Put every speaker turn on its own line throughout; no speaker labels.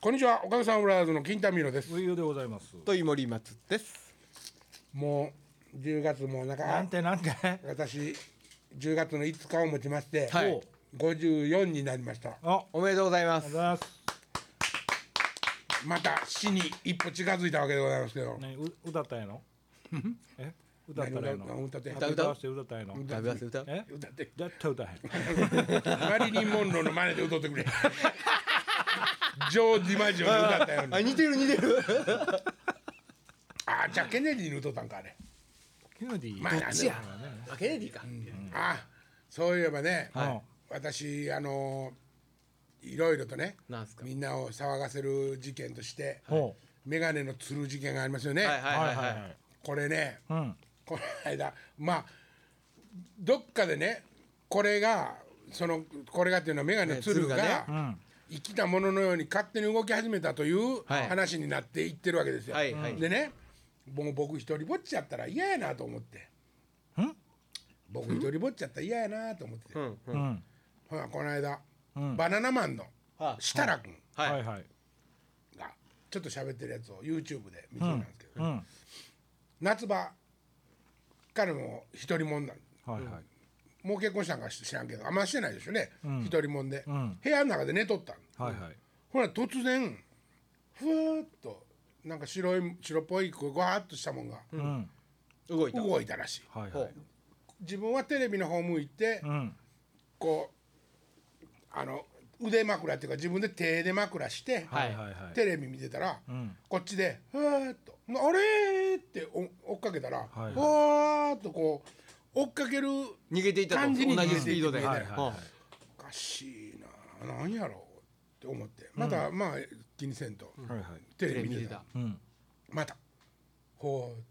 こんにちはおかげさんブラザーズの金田美ロです
冬でございます。
と井森松です。
もう10月もなん
な
か
んてなんて。
私10月の5日をもちまして、
はい
54になりました
あ、
おめでとうございま
ご
す。
ざいます。
また死に一歩近づいたわけでございますけど、
ね、う歌ったんやの。え、歌ったらやの。
何歌歌って
ハッピーバースデー歌ったんやの。
食べ合わせ歌う。
え、
歌って
絶対歌えへん。
マリリン・モンローの真似で歌ってく れジョー・ディマジオで歌ったように
あ似てる似てる。
あじゃあケネディに歌ったんかあれ
キューディー。
まあ
あケネディか。
あそういえばね、
はい
私あのいろいろとね
なんすか
みんなを騒がせる事件として、
ほ
メガネのつる事件がありますよね、
はいは
う。
い
は
はいい
は
はいい。
はい。
これね
うん。
この間まあどっかでねこれがそのこれがっていうのはメガネのつるが,、
ねつる
うん。
生きたもののように勝手に動き始めたという
はい
話になっていってるわけですよ。
はいはい
でねもう僕一人ぼっちやったら嫌やなと思って
ん
僕一人ぼっちやったら嫌やなと思ってて、
うんう。
うんん。
ほなこの間、
うん
バナナマンの
は
設楽君
い
は
はいい。
はい。
がちょっと喋ってるやつを YouTube で見てたんですけど、
うん。はい
夏場彼も一人もんなん
はい。
もう結婚したんか知らんけどあんましてないでしょね一、
ん
人もんで、
うん
部屋の中で寝とったん
はいはい。
ほら突然ふーっとなんか白い白っぽいこうごわーっとしたもんが
うん。
動いた。
動いたらしい
はい
ほ
は
う
い。。
自分はテレビの方向いて、
うん。
こうあの腕枕っていうか自分で手で枕して、
はいはいはい。
テレビ見てたら、
うん。
こっちで「ふーっと「あれ?」ってお追っかけたら「ふ、
はい
ーっとこう追っかける
逃げていったと
感じに
同
逃げてい
じ
って
スピードで。
はいはい
ほ
は
う
おかしいな何やろうって思ってまた、まあ気にせんと、
い。はいはい。
テレ
テレ
ビ
ビ
見て
見て
た
う
た。
ん。
またほーっ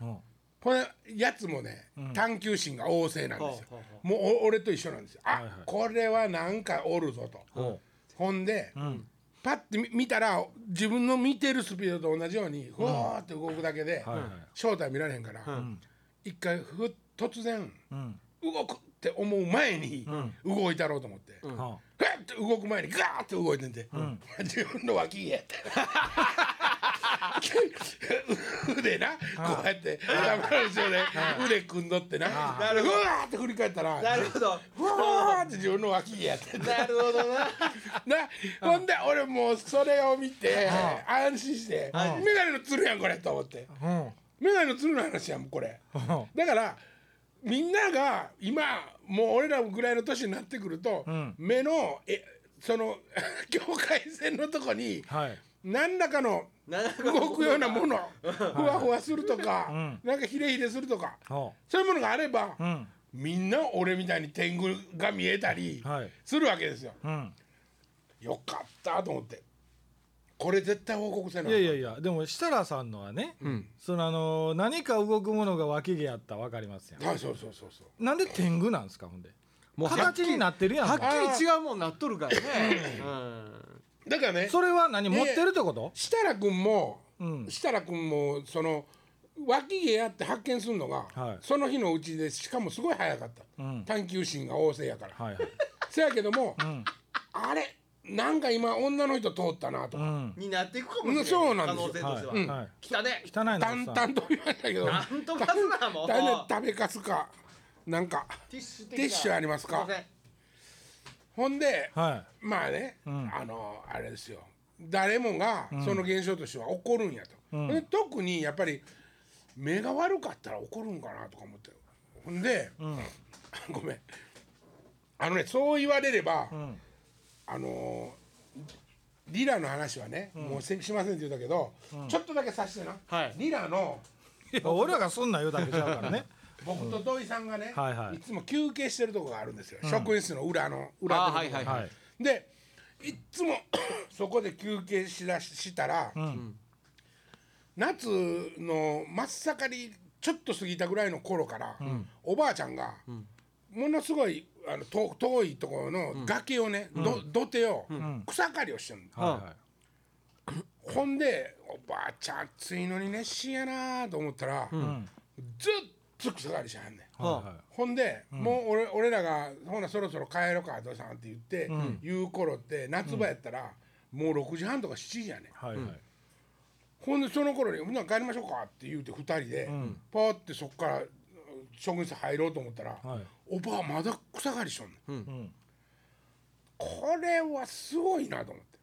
と
ほ
これやつもね、探求心が旺盛なんですよ、
ほうほ
もうお俺と一緒なんですよ、
はいはい
あこれはなんかおるぞと、
ほ
ほんで、
ん
パッて見見たら自分の見てるスピードと同じようにふわーって動くだけで、
う。はいはい。
正体見られへんから、
ん
一回ふっ突然
うん。
動くって思う前に動いたろうと思って、ふ
ん
ほ
わって動く前にガーって動いてんで、自分の脇 へ腕な、こうやって頭の後ろで腕組んどってな
なる
ふ
ほど
わーって振り返ったら
なるほど。
ふわーって自分の脇へやってんで
なるほ どな。
な、ほんで俺もうそれを見て安心してメガネのつるやんこれと思って
う。ほ
メガネのつるの話やんもうこれ
う。ほ
だからみんなが今もう俺らぐらいの年になってくると、
ん
目のえその 境界線のとこに
う。はい。
何らかの
なんか
動くようなものふわふわするとか、なんかヒレヒレするとか、
ほ
そういうものがあれば、
う。うん。
みんな俺みたいに天狗が見えたり
はい
するわけですよ。
うん。
よかったと思ってこれ絶対報告せない
いやいやいやでも設楽さんのはね、そのあの何か動くものが脇毛やったら分かりますや
はいそうそうそうそうん
なんで天狗なんですかほんで
もうはっき
形
り
になってるやん
は
か
っきり違うもんなっとるからね。うん。
だからね
それは何
いや
持ってるってこと
設楽君も、
うん
設楽君もその脇毛やって発見するのが、
はい
その日のうちでしかもすごい早かった、
うん
探求心が旺盛やから、
はいはい
せやけども、
うん
あれなんか今女の人通ったなと
う
か、
ん
になっていくかもしれない。
そうなんですよ
可能性としては。
はいはい
来たね。
汚いな
淡
おっさ
々と言われたけど
なんとかすなもう。
だいね食べかすかなんか
ティッシュ
ティッシュありますか
すいません
ほんで、
んは
まあね、
ん
あのあれですよ誰もがその現象としては起こるんやと、で特にやっぱり目が悪かったら起こるんかなとか思ってほんで、 ごめんあのねそう言われれば、
ん
あのリラの話はね、もうせしませんって言うたけど、ちょっとだけさしてな、
はい
リラの
いいや俺らがそんなん言うだけちゃうから ね
僕と土井さんがね、
うんはいいはい
つも休憩してるとこがあるんですよ、職員室の裏の裏
あ
の
ー
とこ
はいはいはい
はい
でいっつも そこで休憩しだししたら、
ん
夏の真っ盛りちょっと過ぎたぐらいの頃から、おばあちゃんが、ものすごいあのと遠いところの崖をね、ど土手を、草刈りをしてるの、
はいはい
ほんでおばあちゃん暑いのに熱心やなと思ったら、ずっと草刈りしはんねん。
はいはい
ほんで、もう俺俺らが「ほなそろそろ帰ろうか土井さん」って言って、言う頃って夏場やったら、もう6時半とか7時やね
はいはい
ほんでその頃に「ほな帰りましょうか」って言うて2人で、
ん
パーってそっからうん職員室入ろうと思ったら、
はい
おばあまだ草刈りしとんねん
うん
これはすごいなと思って、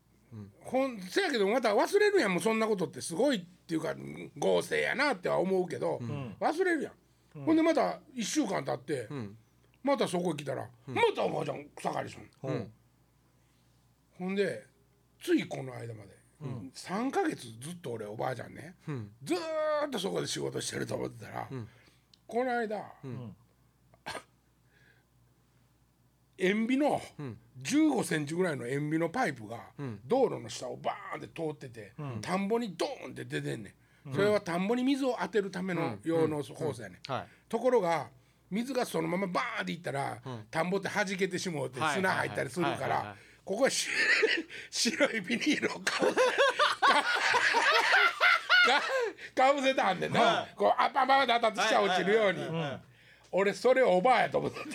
ほんせやけどまた忘れるやんもうそんなことってすごいっていうかうん合成やなっては思うけど、忘れるやん、ほんでまた1週間経って、
ん
またそこへ来たら、またおばあちゃん草刈りしとんねん
うん
ほんでついこの間まで、3ヶ月ずっと俺おばあちゃんね、
うん
ずーっとそこで仕事してると思ってたら、この間、
ん
塩ビの15センチぐらいの塩ビのパイプが道路の下をバーンって通ってて、田んぼにドーンって出てんねん。それは田んぼに水を当てるための用のホースやねん。
はい
ところが水がそのままバーンっていったら、田んぼって弾けてしもうて
はい
砂入ったりするか
はいはいは
ら
い
ここはし 白いビニールをか ぶせかかぶせたはんでな、こうアッパンパンパンって当たって下落ちるように、俺それをおばあやと思ってた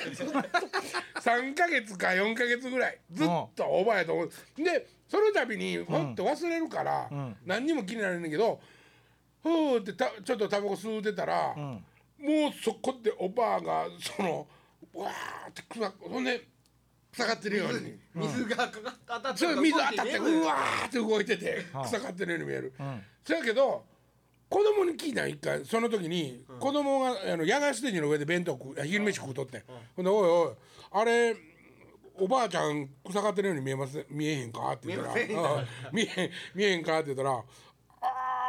3ヶ月か4ヶ月ぐらいずっとおばあやと思ってでその度にほんと忘れるから、何にも気になれんねんけどふーってたちょっとタバコ吸うてたら、もうそこでおばあがそのわーって草ほんで草がってるように。
水がかかっ当たって
そ
る
れ
から
水当たってうわ
動
ーって動いてて草刈ってるように見える、そやけど子供に聞いたん一回その時に子供があの野外ステージの上で弁当食うあ昼飯食うとってん、ほんで「おいおいあれおばあちゃん草刈ってるように見えます見えへんか?」って言ったら
見えませ
う
ん
ん見えへん見えへんか?」って言ったら「あー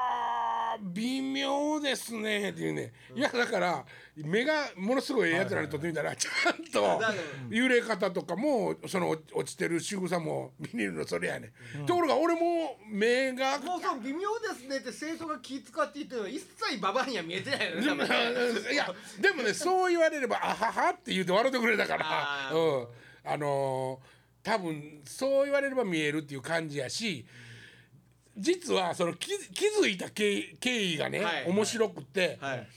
微妙ですね」って言うね、いやだから目がものすごいええやつらにとってみたら、ちゃんと
だから
揺れ方とかもその落ちてる仕草もビニールのそれやね、ん、ところが俺も目が
もうそう微妙ですねって生徒が気使って言ってるのに一切ババアには見えてないのね多分ね
いやでもねそう言われれば「あはは」って言うて笑ってくれたから
あー
うん、あのー多分そう言われれば見えるっていう感じやし実はその気気づいた経緯経緯がね、
はい
面白くって、
はい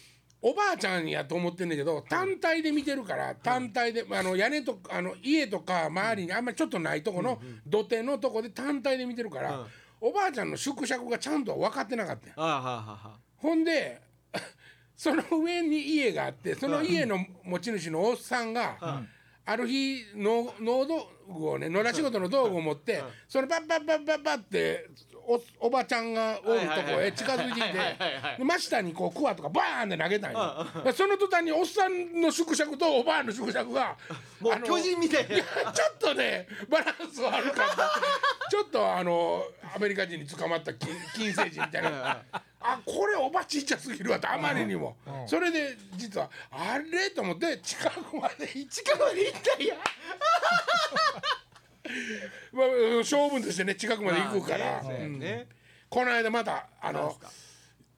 おばあちゃんやと思ってんだけど単体で見てるから単体で、あの屋根とかあの家とか周りにあんまりちょっとないとこの土手のとこで単体で見てるから、
うん
おばあちゃんの縮尺がちゃんと分かってなかったんや
ああはあは
ほんで その上に家があってその家の持ち主のおっさんが、ある日の農道具をね野良仕事の道具を持って、そのバッバッバッバッバッっておおばちゃんがおるとこへ近づいてき
はい
て
はいはいはい
で真下にこうクワとかバーンって投げたんよ
う、
その途端におっさんの縮尺とおばあの縮尺が
あ も
あ
う
の
巨人みたいな
ちょっとねバランス悪かったちょっとあのアメリカ人に捕まった金金星人みたいなあこれおばちっちゃすぎるわとあまりにもそれで実はあれと思って近くまで行っ
近くに行ったん や
まあ勝負としてね近くまで行くから、
そうや
うん
ね
この間またあ
なん
の
すか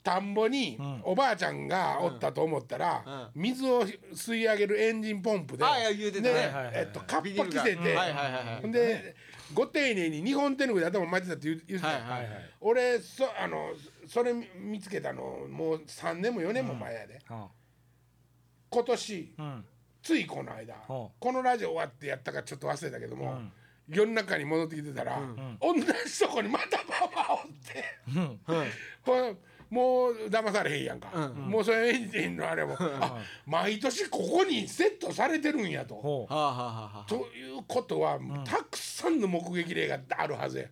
田んぼにおばあちゃんがおったと思ったら、水を吸い上げるエンジンポンプで、
あいや言うてた
で
ね
はいはい
えっとカッパ着
ビ
せ
ニール
て
がはいはいはいはい
ほんでご丁寧に日本手ぬぐいで頭巻いてたって言う言ってた、
はいはいはい
俺そあのそれ見つけたのもう3年も4年も前やで、
は
今年
あうん
ついこの間、
ほ
このラジオ終わってやったかちょっと忘れたけども、世の中に戻ってきてたら、同じとこにまたパパおって、 ほんもう騙されへんやんか、
うん
もうそれエンジンのあれも、あ毎年ここにセットされてるんやと。
ほ
はあはあはあは
ということは、たくさんの目撃例があるはずや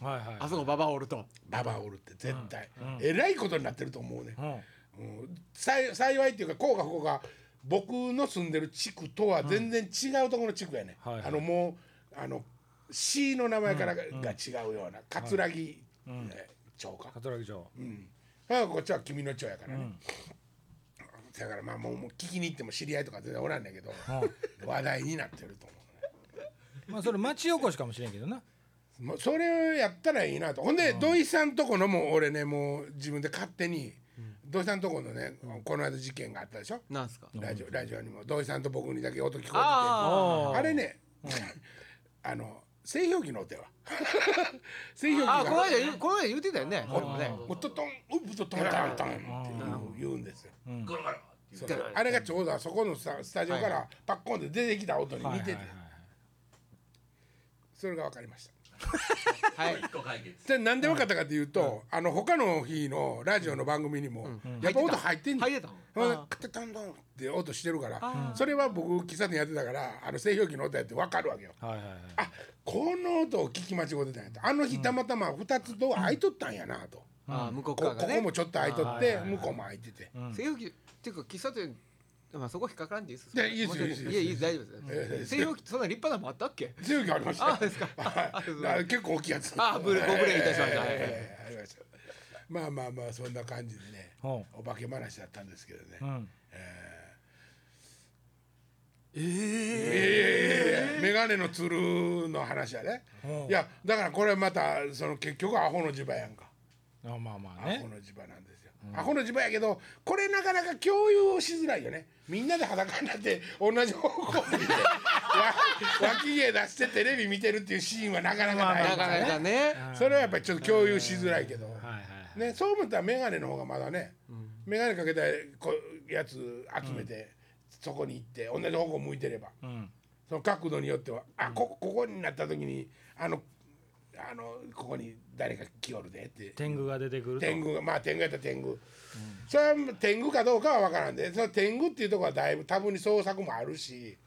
うはいはい
ああそこババアおると
ババアおるって絶対、えらいことになってると思うね、
うん
うん幸い幸いっていうか幸か不幸か僕の住んでる地区とは全然違うところの地区やね、
はいはい
あのもうあの市の名前からが,、違うような葛城、えー町か、
桂木城
あこっちは君の町やからね、だからまあもうもう聞きに行っても知り合いとか全然おらんねんけど、話題になってると思う。
まあそれ町おこしかもしれんけどな
もうそれをやったらいいなとほんで土井さんとこのも俺ねもう自分で勝手に、土井さんとこのねこの間事件があったでしょ
なんすか
ラジオラジオにも土井さんと僕にだけ音聞こえてて
あ
あれねあの製氷機のお手は製氷機
あああこの
が
間言うこの間言うてたよね
お
このね
もうトトンウップトトンタンタンって言う言うんですよ。そうあれがちょうどあそこのスタスタジオか
はい
らパッコンで出てきた音に
はい
似
は
て
い
てそれが分かりました。
はい
一個解決
じゃなんで分かったかというと、あの他の日のラジオの番組にも、やっぱ音入ってんの、
入ってたの
ほんで
あ
カタタンドンって音してるからそれは僕喫茶店やってたからあの製氷機の音やって分かるわけよ
はいはいはい
あこの音を聞き間違ってたんやとあの日たまたま2つドア開いとったんやなと、
あー向こう
こ
側
こ
がね
こもちょっと開いと
あ
っ
ーはい
て
はいはい
向こうも開いてて、
うん
西洋機っていうか喫茶店まあそこ引っかからんでいいです
いやいいですよいいですよ
いやいいです大丈夫
ええ
です西洋機ってそんな立派なのもあったっけ
強い気ありましたよ
あです か
はい
そう
だから結構大きいやつ
あブルご無礼いたしましたはい
えーありましたまあまあまあそんな感じでね
ほ
お化け話だったんですけどね、
ううん
ええメガネのつるの話やね、
うん
いやだからこれまたその結局アホの磁場やんか
あまあま
ア
あ
ホ
ね
の磁場なんですよ、アホの磁場やけどこれなかなか共有しづらいよねみんなで裸になって同じ方向見てわ 脇毛出してテレビ見てるっていうシーンはなかなかない
なかなかね
それはやっぱりちょっと共有しづらいけど、
はいはい
ね、そう思ったら眼鏡の方がまだね、眼鏡かけたこやつ集めて、そこに行って同じ方向向いてれば
うん
その角度によってはあこここになった時にあのあのここに誰か来よるでって
天狗が出てくると
天狗がまあ天狗やったら天狗、それは天狗かどうかは分からんでその天狗っていうところはだいぶ多分に創作もある し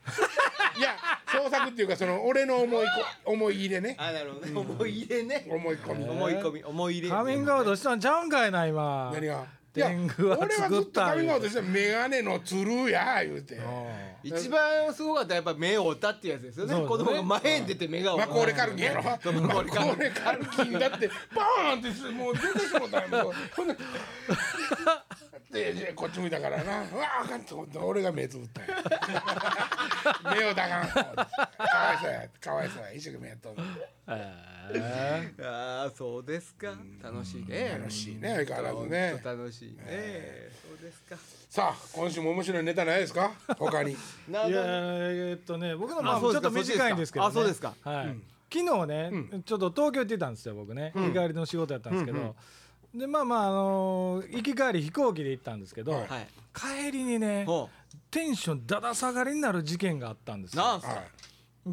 いや創作っていうかその俺の思いこ思い入れね
あなるほどね思い入れね
思い込み、
思い込み思い入れ
カミングアウトしたんちゃうんかいな今
何がいや
天狗は
俺はず
作
っ
っ
と
た
カミングアウトして眼鏡のつるや言うて
うん
一番すごかったやっぱ目を追ったっていうやつですよね
そう
子
ですね
供が前に出て目が追
マ
う
コーレカルキンやろマコ
マコーレカルキン
ーレカルキンだってバーンってすもう出てしもたんやもうほんででこっち向いたからなうわあかんと思って俺が目つぶったんや目をだかんかわいそうやかわいそうや一生懸命やっとんのに
え
ああそうですか楽しいね
楽しいね相変わらずね
本当楽しいねそうですか
さあ今週も面白いネタないですか他に
ないる
や
ほど
えーっとね僕のまあ
あ
ち
そ
ょ
うで
っ
すか
と短いんですけど、ね、
そっちですか
はい、昨日ね、ちょっと東京行ってたんですよ僕ね、日帰りの仕事やったんですけど、でまあまああのー行き帰り飛行機で行ったんですけど、
はい
はい
帰りにね
ほ
テンションだだ下がりになる事件があったんです
うなん
よ。
すか
は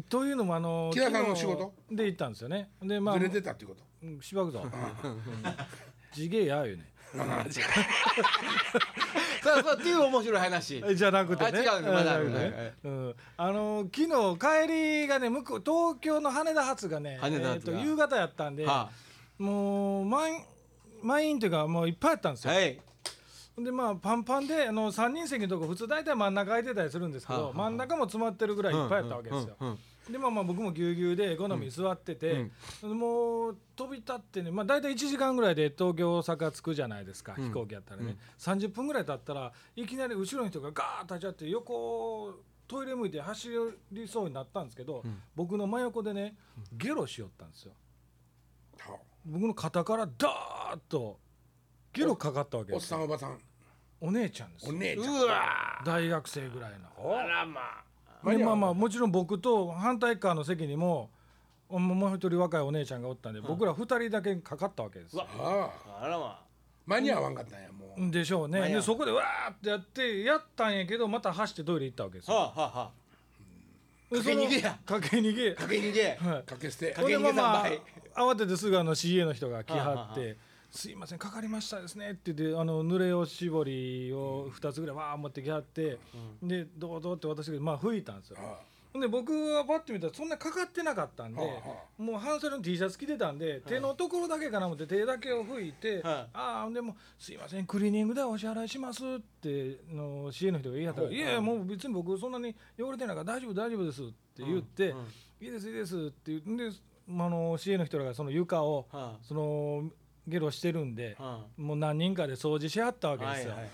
というのもあのー
木田さんの
昨日
仕事
で行ったんですよね。で
い
まあ
ずれてたっていうこと
うんしばくぞ。地げえや言うね。
そうそうっていう面白い話
じゃなくてね。
あ違うねまだある
うん
はいはい
うん。あのー昨日帰りがね向こう東京の羽田発がね、
羽田発が
えーと夕方やったんで、
は
もう満員満員というかもういっぱいやったんです
あ
よ。
はい
でまあパンパンであの3人席のとこ普通大体真ん中空いてたりするんですけど、
はあはあ
真ん中も詰まってるぐらいいっぱいやったわけですよ。
うんうんうん
でまあまあ僕もぎゅうぎゅうでエコノミー座ってて、もう飛び立ってね、まあ、大体1時間ぐらいで東京大阪着くじゃないですか、飛行機やったらね、30分ぐらい経ったらいきなり後ろの人がガーッと立ち会って横トイレ向いて走りそうになったんですけど、僕の真横でねゲロしよったんですよ。
は
僕の肩からダーッとゲロかかったわけ
おっ
です
さ
よ
んおばさん
お姉ちゃんですよ
お姉ちゃん
うわ
大学生ぐらいの。
あらま
でまあまあもちろん僕と反対側の席にももうもう一人若いお姉ちゃんがおったんで僕ら二人だけかかったわけですよ。
ああ
あらま
間に合わんかったんやもう
でしょうね
や
でそこでわーってやってやったんやけどまた走ってトイレ行ったわけです
あは
よ。
あはあは
でその
駆け逃げや
駆け逃げ
あ。駆け逃げ
はい
かけ捨て
ほんでまあま
駆け逃げ
あ慌ててすぐあの CA の人が来
はあ
は
は
っ
あは
て「すいませんかかりましたですね」って言ってあの濡れを絞りを2つぐらいわー持ってきはってでどうぞって私がまあ吹いたんですよ。
あ
ほんで僕はパッて見たらそんなかかってなかったんで、
はあは
もう半袖の T シャツ着てたんで、手のところだけかな思って手だけを拭いて「
は
ああほんでもうすいませんクリーニングでお支払いします」っての CA の人が言いはったから「いやいやもう別に僕そんなに汚れてないから大丈夫大丈夫です」って言って「いいですいいです」って言ってんで、まあ、あの CA の人らがその床を、
はあ
そのゲロしてるんで、
は
もう何人かで掃除しはったわ
あ
けで
はい
す
はい
よ。
はいはい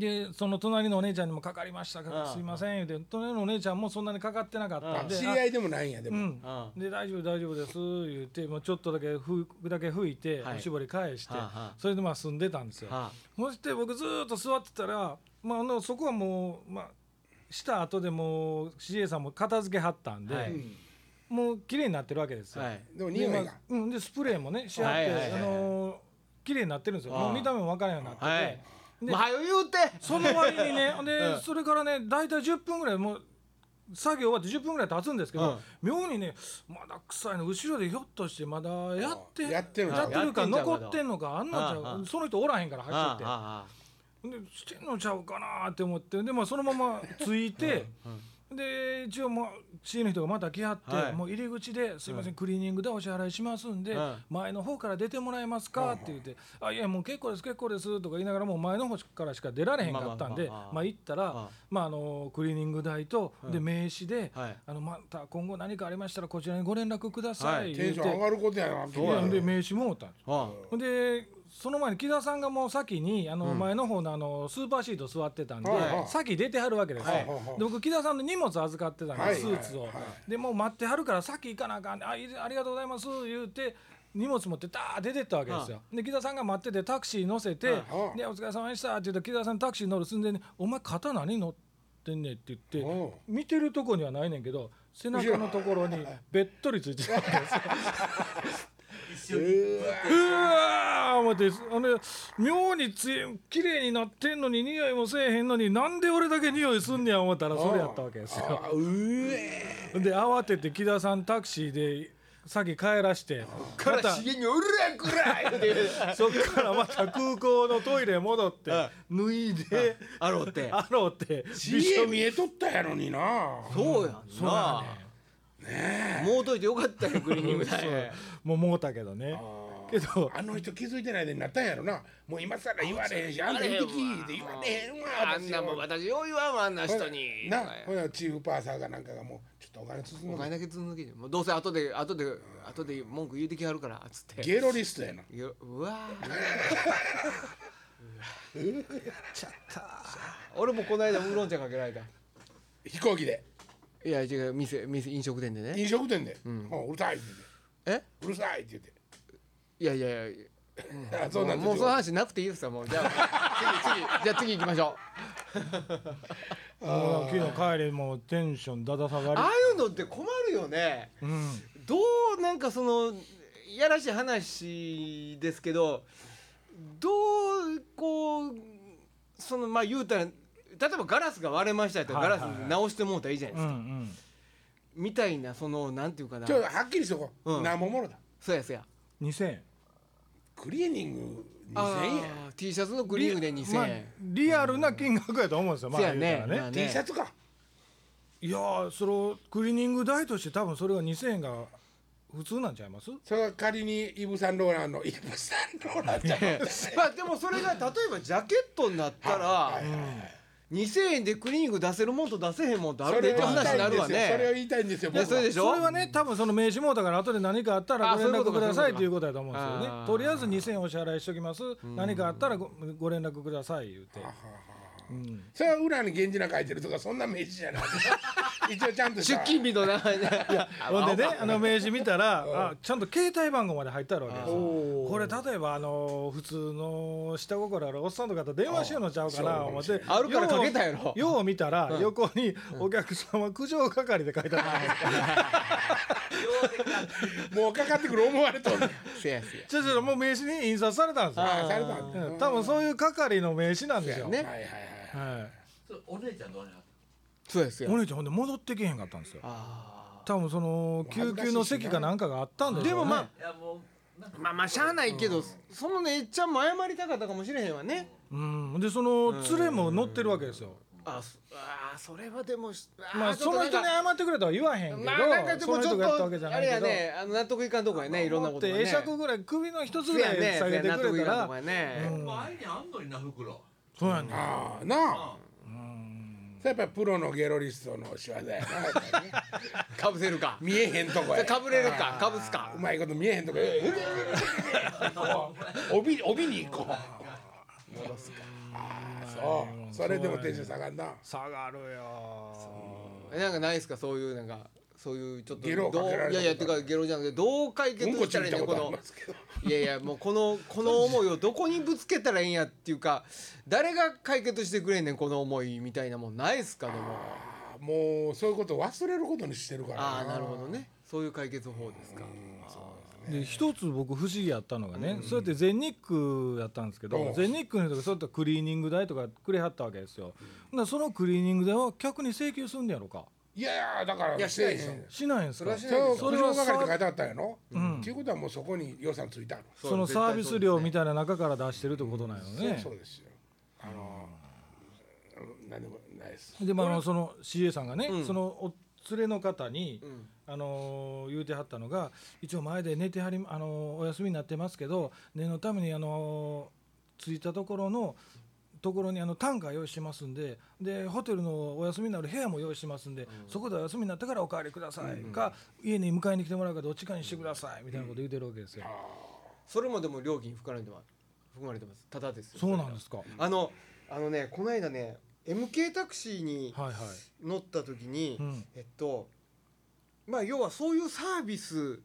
でその隣のお姉ちゃんにもかかりましたか
あ
ら
あ
すいません言うて隣のお姉ちゃんもそんなにかかってなかったん
あ
で
知り合いでもないんやで
う
も
ん
あ
で大丈夫大丈夫です言ってもうちょっとだけ拭くだけ拭いて、
はい
おしぼり返して、
はあはあ
それでまあ住んでたんですよ、
は
そして僕ずーっと座ってたら、まあ、あのそこはもう、まあ、した後でもう CA さんも片付けはったんで、
はい
もう綺麗になってるわけです
あ
よ、
はい
でも
で
匂い
ま
が
あうん、でスプレーもねしはって、
はいはいはいはい
あのー綺麗になってるんですよ
ああ
もう見た目も分からんようになってて、
はい
で
まあはよ言うて
その割にねで、
うん
それからね大体10分ぐらいもう作業終わって10分ぐらい経つんですけど、
うん
妙にねまだ臭いの後ろでひょっとしてまだやって
やってるんちゃう
るか
やってんちゃう
残
かと
ってんのかあんなんち
あ
ゃ
ああ
うその人おらへんから入っ
あ
てって
あ
でしてんのちゃうかなって思ってで、まあ、そのままついてで一応もう C の人がまた来はって、
はい
もう入り口で「すいません、クリーニングでお支払いしますんで、
うん
前の方から出てもらえますか?」って言って「あいやもう結構です結構です」とか言いながらもう前の方からしか出られへんかったんで
まあまあまあまあ
まあ行ったら、
あ
まあ、あのクリーニング代と、
うん
で名刺で、
はい
あの「また今後何かありましたらこちらにご連絡ください」
はい
テン
言う
シ
て
ョン上がることやな
そうや
で
ね
で名刺もらったんです
ああ
ほんでその前に木田さんがもう先にあの前の方のあのスーパーシート座ってたんで、
はいはい
先出てはるわけですよ、
はいはい
で僕木田さんの荷物預かってたんで、
はい
スーツを、
はいは
でもう待ってはるから先行かなあかんであいありがとうございます」言うて荷物持ってダーッ出てったわけですよ、で木田さんが待っててタクシー乗せて「
はい
はい
でお疲れ様でした」って言うと木田さんタクシー乗る寸前に「お前肩何乗ってんねん」って言って、
おう
見てるとこにはないねんけど背中のところにべっとりついてたわけですよ。うわー思ってあの妙につい綺麗になってんのに匂いもせえへんのになんで俺だけ匂いすんねや思ったらそれやったわけですよ。
あうえ
で慌てて木田さんタクシーで先帰らしてま
から
た
しげに「うらくらい!」って
そっからまた空港のトイレ戻って
は
脱いで
あろうって
あろうってびしょ
CA 見えとったやろにな
そうやん
そうや
なもうといてよかったよクリーニング代
もうもうたけどねけど
あの人気づいてないでになったんやろなもう今更言われへんしあんた言ってきいって言われへんわ
あんなもん
私は
私よう言わんわあんな人に
なほらチーフパーサーかなんかがもうちょっとお金包
お
む
前だけつんのけじゃんもうどうせ後で後で後で文句言うてきはるからつって
ゲロリストやない
やうわー
ちゃった
俺もこの間ウーロン茶かけられた
飛行機で
いや違う店店飲食店でね
飲食店で、うんうるさいって
え
言ってうるさいって言って
いやいやい
あそうな
や
んですよ
もうその話なくていいですよもうじゃ あ次次じゃあ次行きましょう
もう昨日帰りもうテンションだだ下がり
ああいうのって困るよね
うん
どうなんかそのいやらしい話ですけどどうこうそのまあ言うたら例えばガラスが割れましたって
はい
ガ
はい
ラ
は
ス
い
直してもうたらいいじゃないうですか、
ん
みたいなそのなんていうかな
ちょはっきりしとこう、
うん
何ももろだ
そうやそうや
うん2000円
クリーニング2000円
あー T シャツのクリーニングで2000円、
まあリアルな金額やと思うんですよ、まあ
そうや
言うたら
ね
ね
まあね
T シャツか
いやーそのクリーニング代として多分それが2000円が普通なんちゃいます
それは仮にイブ・サンローランのイブ・サンローランちゃう
まあでもそれが例えばジャケットになったら2000円でクリーニング出せるもんと出せへんもんとあるでって話になるわ
それを
ね
言いたいんですよ。
いやそれでしょ
それはね多分その名刺もだから後で何かあったら
あ
ご連
そういうこ
絡
と
く
か
ださいと
そ
い
ういうう
ことだと思うんですよ
あ
ね
ー
とりあえず2000円お支払いしときます何かあったらごご連絡ください言うてうん
それは裏に源氏な書いてるとかそんな名刺じゃない。 一応ちゃんとし
出
た
勤日のな
ほんでねあの名刺見た らあちゃんと携帯番号まで入ってあるわけですよ
おー
これ例えばあの普通の下心あるおっさんとかと電話しようのちゃうかな思って
あるからかけたやろ
ようよう見たら横にお客様苦情係で書いてあったんですよ
もうかかってくる思われとる。
せやせや
ちょちょもう名刺に印刷されたんですよ
ああされたんだ
うん多分そういう係の名刺なんですよ
ね。
ね
はいはいはい。
は
お姉ちゃんどうなんや
そうやせ
い
や
お姉ちゃんほんで戻ってけへんかったんですよ
あ
多分その救急の席かなんかがあったんで
ー
し
で
ょうね
もま
いやもうなん
あ
か
まあまあしゃあないけどそのねえっちゃんも謝りたかったかもしれへんわね
うんでその連れも乗ってるわけですよ
あそあーそれはでもしー
まあ
ちょ
その
っとなんか
人に謝ってくれとは言わへんけど
まあなんかで
そ
も
の
ちょ
人
っ
がやったわけじゃ
とあ
な
れ
い
や
けど
ねあの納得いかんとこやねいろんなことがね
会釈ぐらい首の一つぐ
せ
ら
や
い
ね
下
せ
げ
や
て
納
く
得
れ
い
た
か
ら
んとこやね
もうあいにあんのにな袋
そうやね
ああなあ。
うん
それやっぱプロのゲロリストの仕業やな。
かぶせるか
見えへんとこや。
かぶれるかかぶすか
うまいこと見えへんとこや。帯帯にこう。戻すか。そう。それでもテンション下がんな。
下がるよ
えなんかないですかそういうなんかそういうちょっと
ゲロをかけられたこと
どういやいやってかゲロじゃなくてどう解決
うんこ
し
ち
た
ん
らい
見た
いね
こ
こと
あり
の
ますけど。
いやいやもうこのこの思いをどこにぶつけたらいいんやっていうか誰が解決してくれんねんこの思いみたいなもんないですかでも
あもうそういうこと忘れることにしてるから
ああなるほどねそういう解決法ですか
で一つ僕不思議やったのがね、そうやって全日空やったんですけ
う
ど
ん
全日空の人がそうやったクリーニング代とかくれはったわけですよ、ほんならそのクリーニング代は客に請求すんねやろか
いやいやだから
いやしないでしょ
せえへん
しないんですか
そ
そ
れは
れは
苦情係って書い
さ
てあったんやろ、
うん
っていうことはもうそこに予算ついたの、
そのサービス料み
た
たいな中から出してるってことなんよね
そうそうですよあのー、何でもないです
でもあのその CA さんがね、
うん
そのお連れの方に、
ん
あのー言うてはったのが一応前で寝てはり、あのーお休みになってますけど念のために、あのー着いたところのところにあの単価用意してますんででホテルのお休みになる部屋も用意してますんで、そこでお休みになったからお帰りください、か家に迎えに来てもらうかどっちかにしてください、みたいなこと言うてるわけですよ。
それもでも料金含まれてます含まれてますただですよ
そうなんですか、
あのあのねこの間ね MK タクシーに
はいはい
乗った時に、
うん
えっとまあ要はそういうサービス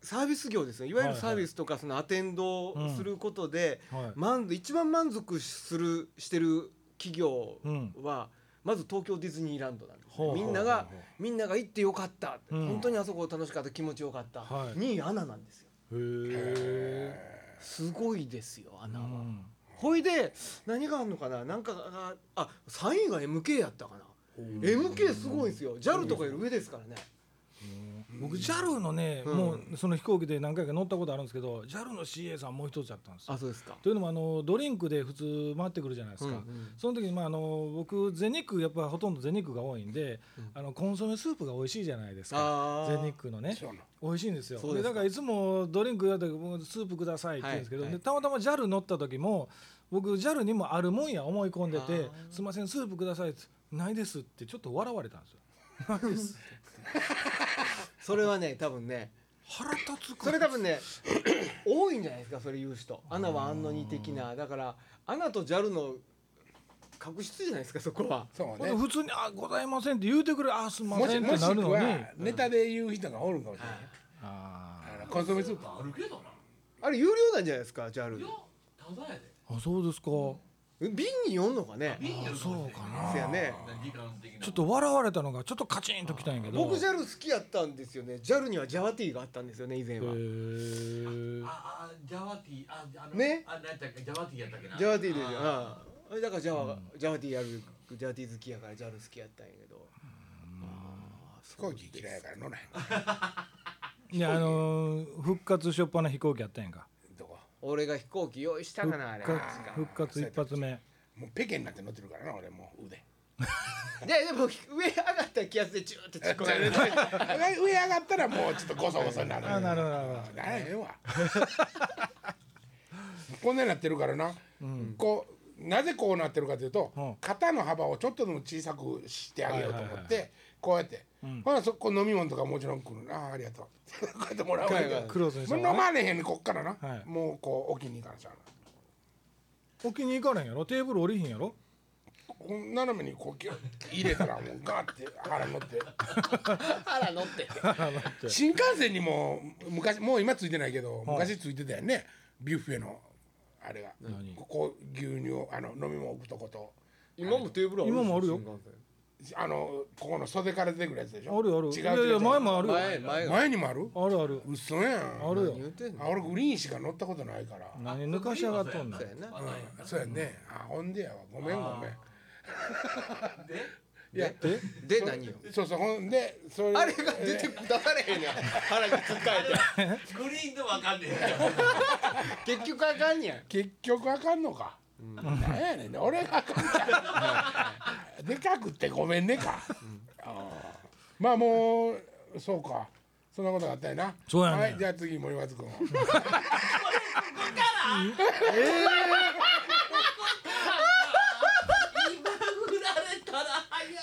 サービス業ですねいわゆ
はい
る
はい
サービスとかそのアテンドをすることで、
はい、
満足一番満足するしてる企業
うん
は、まず東京ディズニーランドなんですね、
ほうほう
みんながみんなが行ってよかったって、
うん
本当にあそこ楽しかった気持ちよかった、
はい
2位アナなんですよ
へえ、
すごいですよア
う
ナは。
ん、
ほいで何があんのかななんかがあ3位が MK やったかな MK すごいんですよ JAL とかより上ですからね
僕 JAL のね、
うん
もうその飛行機で何回か乗ったことあるんですけど JAL の CA さんもう一つやったんですよ。
そうですか
というのもあのドリンクで普通回ってくるじゃないですか、
うんうん
その時に、まあ、あの僕全日空やっぱほとんど全日空が多いんで、あのコンソメスープが美味しいじゃないですか
あー
全日空のね
そうなの
美味しいんですよ
そう
で
ですか
だからいつもドリンクだったら僕スープくださいって言うんですけど、
はいはい
でたまたま JAL 乗った時も僕 JAL にもあるもんや思い込んで
あ
て
ー
「すいませんスープください」って「ないです」ってちょっと笑われたんですよ。ないです
それはね多分ね
腹立つか
それ多分 ね多いんじゃないですかそれ言う人アナはあんのに的なだからアナと JAL の確執じゃないですかそこは
そう
ほん
ね
で普通に「あございません」って言うてくれ「あすんま
も
せ
し
ん」っ
も
て
し
なる
く
のに
はネタで言う人がおるかもしれない、
あ
あのコンソメスープ
あるけどな。
あれ有料なんじゃないですか JAL
いや、ただやで。
ーあそうですか
瓶に読んのかね
ビンやる
そうかな
そうやね
時間的な。
ちょっと笑われたのがちょっとカチンときたんやけど
僕
ゃ
JAL 好きやったんですよね JAL にはジャワティーがあったんですよね以前は
あ、あ、ジャワティ、あ、あの、
ね
あ、なんやったっけ、ジャワティやったっけな。
ジャワティーで
あ
ああだからジャワが、ジャワティーやるジャワティー好きやからジャル好きやったんやけどああ
飛行機嫌いやから乗らへん
いやあのー復活しょっぱな飛行機やったんやんか
どこ
俺が飛行機用意したかなあれ
復
確
活
か
復活一発目
もうペケになって乗ってるからな俺もう腕
ででも上上がった気圧でチューって突っ込まれる
上上上がったらもうちょっとゴソゴソになる
あなるほどなる
ならへんわ こんなになってるからな、こうなぜこうなってるかというと、
うん
肩の幅をちょっとでも小さくしてあげようと思って、
はいはい
こうやって、ほらそこ飲み物とかもちろん来るなあーありがとうこうや ってもらうわけ
はいはい
ほどクローズにし
も
た
う
の
飲
ね
まれへんねこっからな、
はい
もうこう置きに行かなちゃうな
置きに行かれへんやろテーブル降りひんやろ
こう斜めにこうギュッて入れたらもうガーって腹乗って
腹乗って
新幹線にも昔もう今ついてないけど昔ついてたよねビュッフェのあれが
何
ここ牛乳をあの飲み物置くとこと
今もテーブル
今もあるよ
あのここの袖から出てくるやつでしょ
あるある
違う
いやいや
違う違う
前もあるよ
前前が
前にもある
あるある
嘘やん
ある
何
よ
言ってん
あ
の
俺グリーンしか乗ったことないから
何抜かしやがっとんねん
そうやな
うんそうやねあほんでやわごめんごめん
で、
いや
え
で何よ
そうそうほんでそれ
あれが出て出されへんやん腹に突っかえ
グリーンでわかん ねえ。
て結局あかんやん
結局あかんのか。なんやねんね俺があかんか。でかくってごめんねか。ああまあもうそうか。そんなことがあったよな。
そうやねん
はい、じゃあ次森松君。
今振られたら早いよ。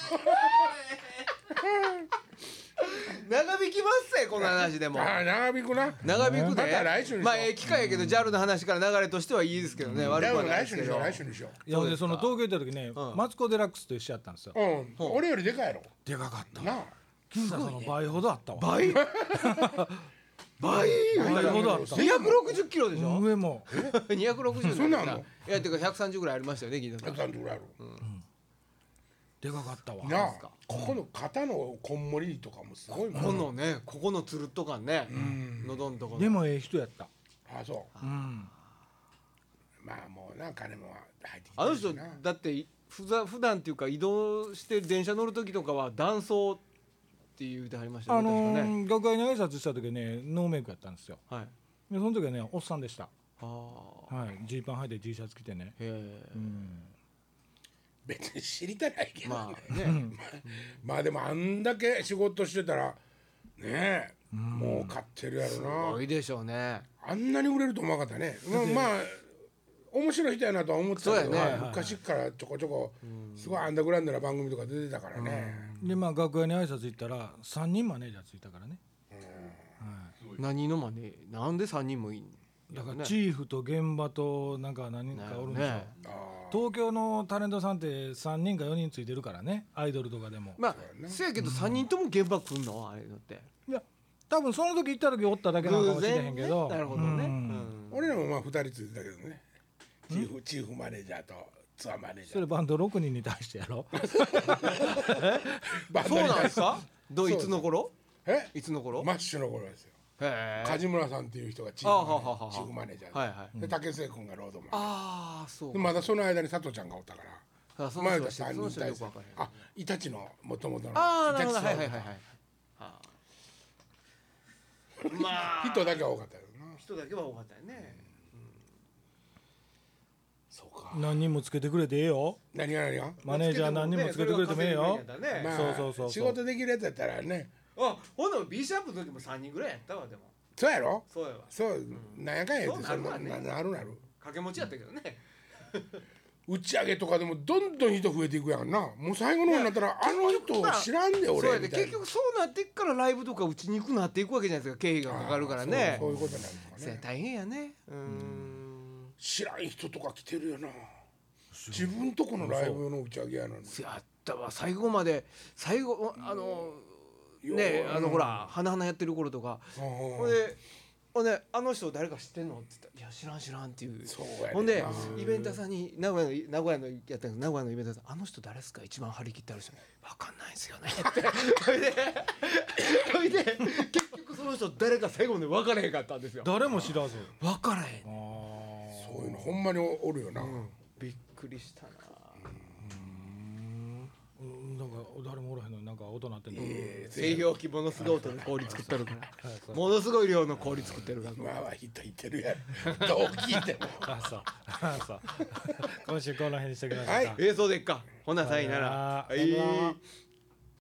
長引きますぜこの話でも
ああ長引くな。
長引く
ま
で、
た来週にしよう
まあええ機会やけど JAL の話から流れとしてはいいですけどね、悪
じゃ
く
あ
はない
来
です
週
け
にし
ど
よう来週にしよ
いや
そう
で
です
そ
か
の東京行った時ね、
うん
マツコ・デラックスと一緒やったんですよ
う。うん。俺よりでかいやろ。
でかかった
なあ。
金田さんの倍ほどあったわ
倍 倍
倍ほどあった
260キロでしょ
上も
260
そんなんあんの
いやてか130ぐらいありましたよね銀田さん
三十ぐらいある。
でかかったわ
なあ
ですか。
ここの肩のこんもりとかもすごいも
こ
ん。
のねここのつるっと感ねのどんとこの
でもええ人やった
ああそう。
うん
まあもうな金も入ってきて
あの
るし
人
な。
だって2ふざ普段っていうか移動して電車乗る時とかは断層って言うてはりました
あ
ね
の
確かね、
ー、楽屋に挨拶した時はねノーメイクやったんですよ
はい
でその時はねおっさんでした
あー
はいジーパン履いて T シャツ着てね
へえ、
別に知りたないけど、ね
まあね
まあでもあんだけ仕事してたらねえもう買ってるや
す
ろ
ご
ない
でしょうね
あんなに売れると思わなかったねまあ、まあ、面白い人やなとは思ってたけど、
そうやね
はい昔からちょこちょこすごいアンダーグラウンドな番組とか出てたからね、
でまあ楽屋に挨拶行ったら3人マネージャーついたからね
何のまねなんで三人もいいん
だか
いやね
らチーフと現場となんか何人かおるんでしょ、
ね
ああ
東京のタレントさんって3人か4人ついてるからねアイドルとかでも、
まあせやけど三人とも現場来んのあれのって
いや多分その時行った時おっただけなのかもしれへんけど
ねなるほどね、
う
うんん
俺らもまあ2人ついてたけどねチーフチーフマネージャーとツアーマネージ
そ
ャー
れバンド6人に対してやろ
バンド
そう
に
なんですかどういつの頃
え
いつの頃、
マッシュの頃ですよ
へえ
梶村さんっていう人がチ
あは
ー
は
フマ
は
ネ
は
チーフマネージャーで,、
はいはい
で竹末君がロードマン
ああそう
で
か
まだその間に佐藤ちゃんがおったから
あその
前
人
田
は知って
さ
る
ん
その
に
人
対して
はよくわかる
あイタチのもともとの
ああなるほど
イタチ
はい
さん
はいはいはいあーまあ
人だけは多かったよな
人だけは多かったよね
そうか
何人もつけてくれてええよ
何が何が
マネージャー何人もつけてくれてもええよ
それが稼ぎ分けだね
まあ
そうそうそうそう
仕事できるやつやったらね
あほんなら B シャープの時も3人ぐらいやったわでも
そうやろ
そうやわ
そう、なんやかんや言って
そ
そう
なるわ
ん
ね
ななるなる
掛け持ちやったけどね
打ち上げとかでもどんどん人増えていくやんなもう最後の方になったらあの人知らんで
そうや
俺
で
みたいな
結局そうなってっからライブとかうちに行くなっていくわけじゃないですか経費がかかるからね
そうそういうことになるの
そ
か
うや
ね
大変やねうーん
知らん人とか来てるよな自分とこのライブの打ち上げやのに
そうやったわ最後まで最後あのね
よう
あのほら花々やってる頃とか
うん
ほんでほんで「あの人誰か知ってんの?」って言ったら「いや知らん知らん」っていう
そうやね
ほんで
な
イベンターさんに名古屋の名古屋のやったんです名古屋のイベンターさん「あの人誰ですか一番張り切ってある人」「わかんないですよね」ってほいでほいで結局その人誰か最後まで分からへんかったんですよ
誰も知らず
分からへん
そういうのほんまにおるよな、
びっくりしたな
うんなんか誰もおらへんのになんか音鳴ってんの、
西洋規ものすごい音で氷作ってる からものすごい量の氷作ってるから
まあまあ人いてるやろどう聞いても
あそうあそう今週この辺にしてください
は
か
い
映像でっかほなさいなら
さ
は
よなら
い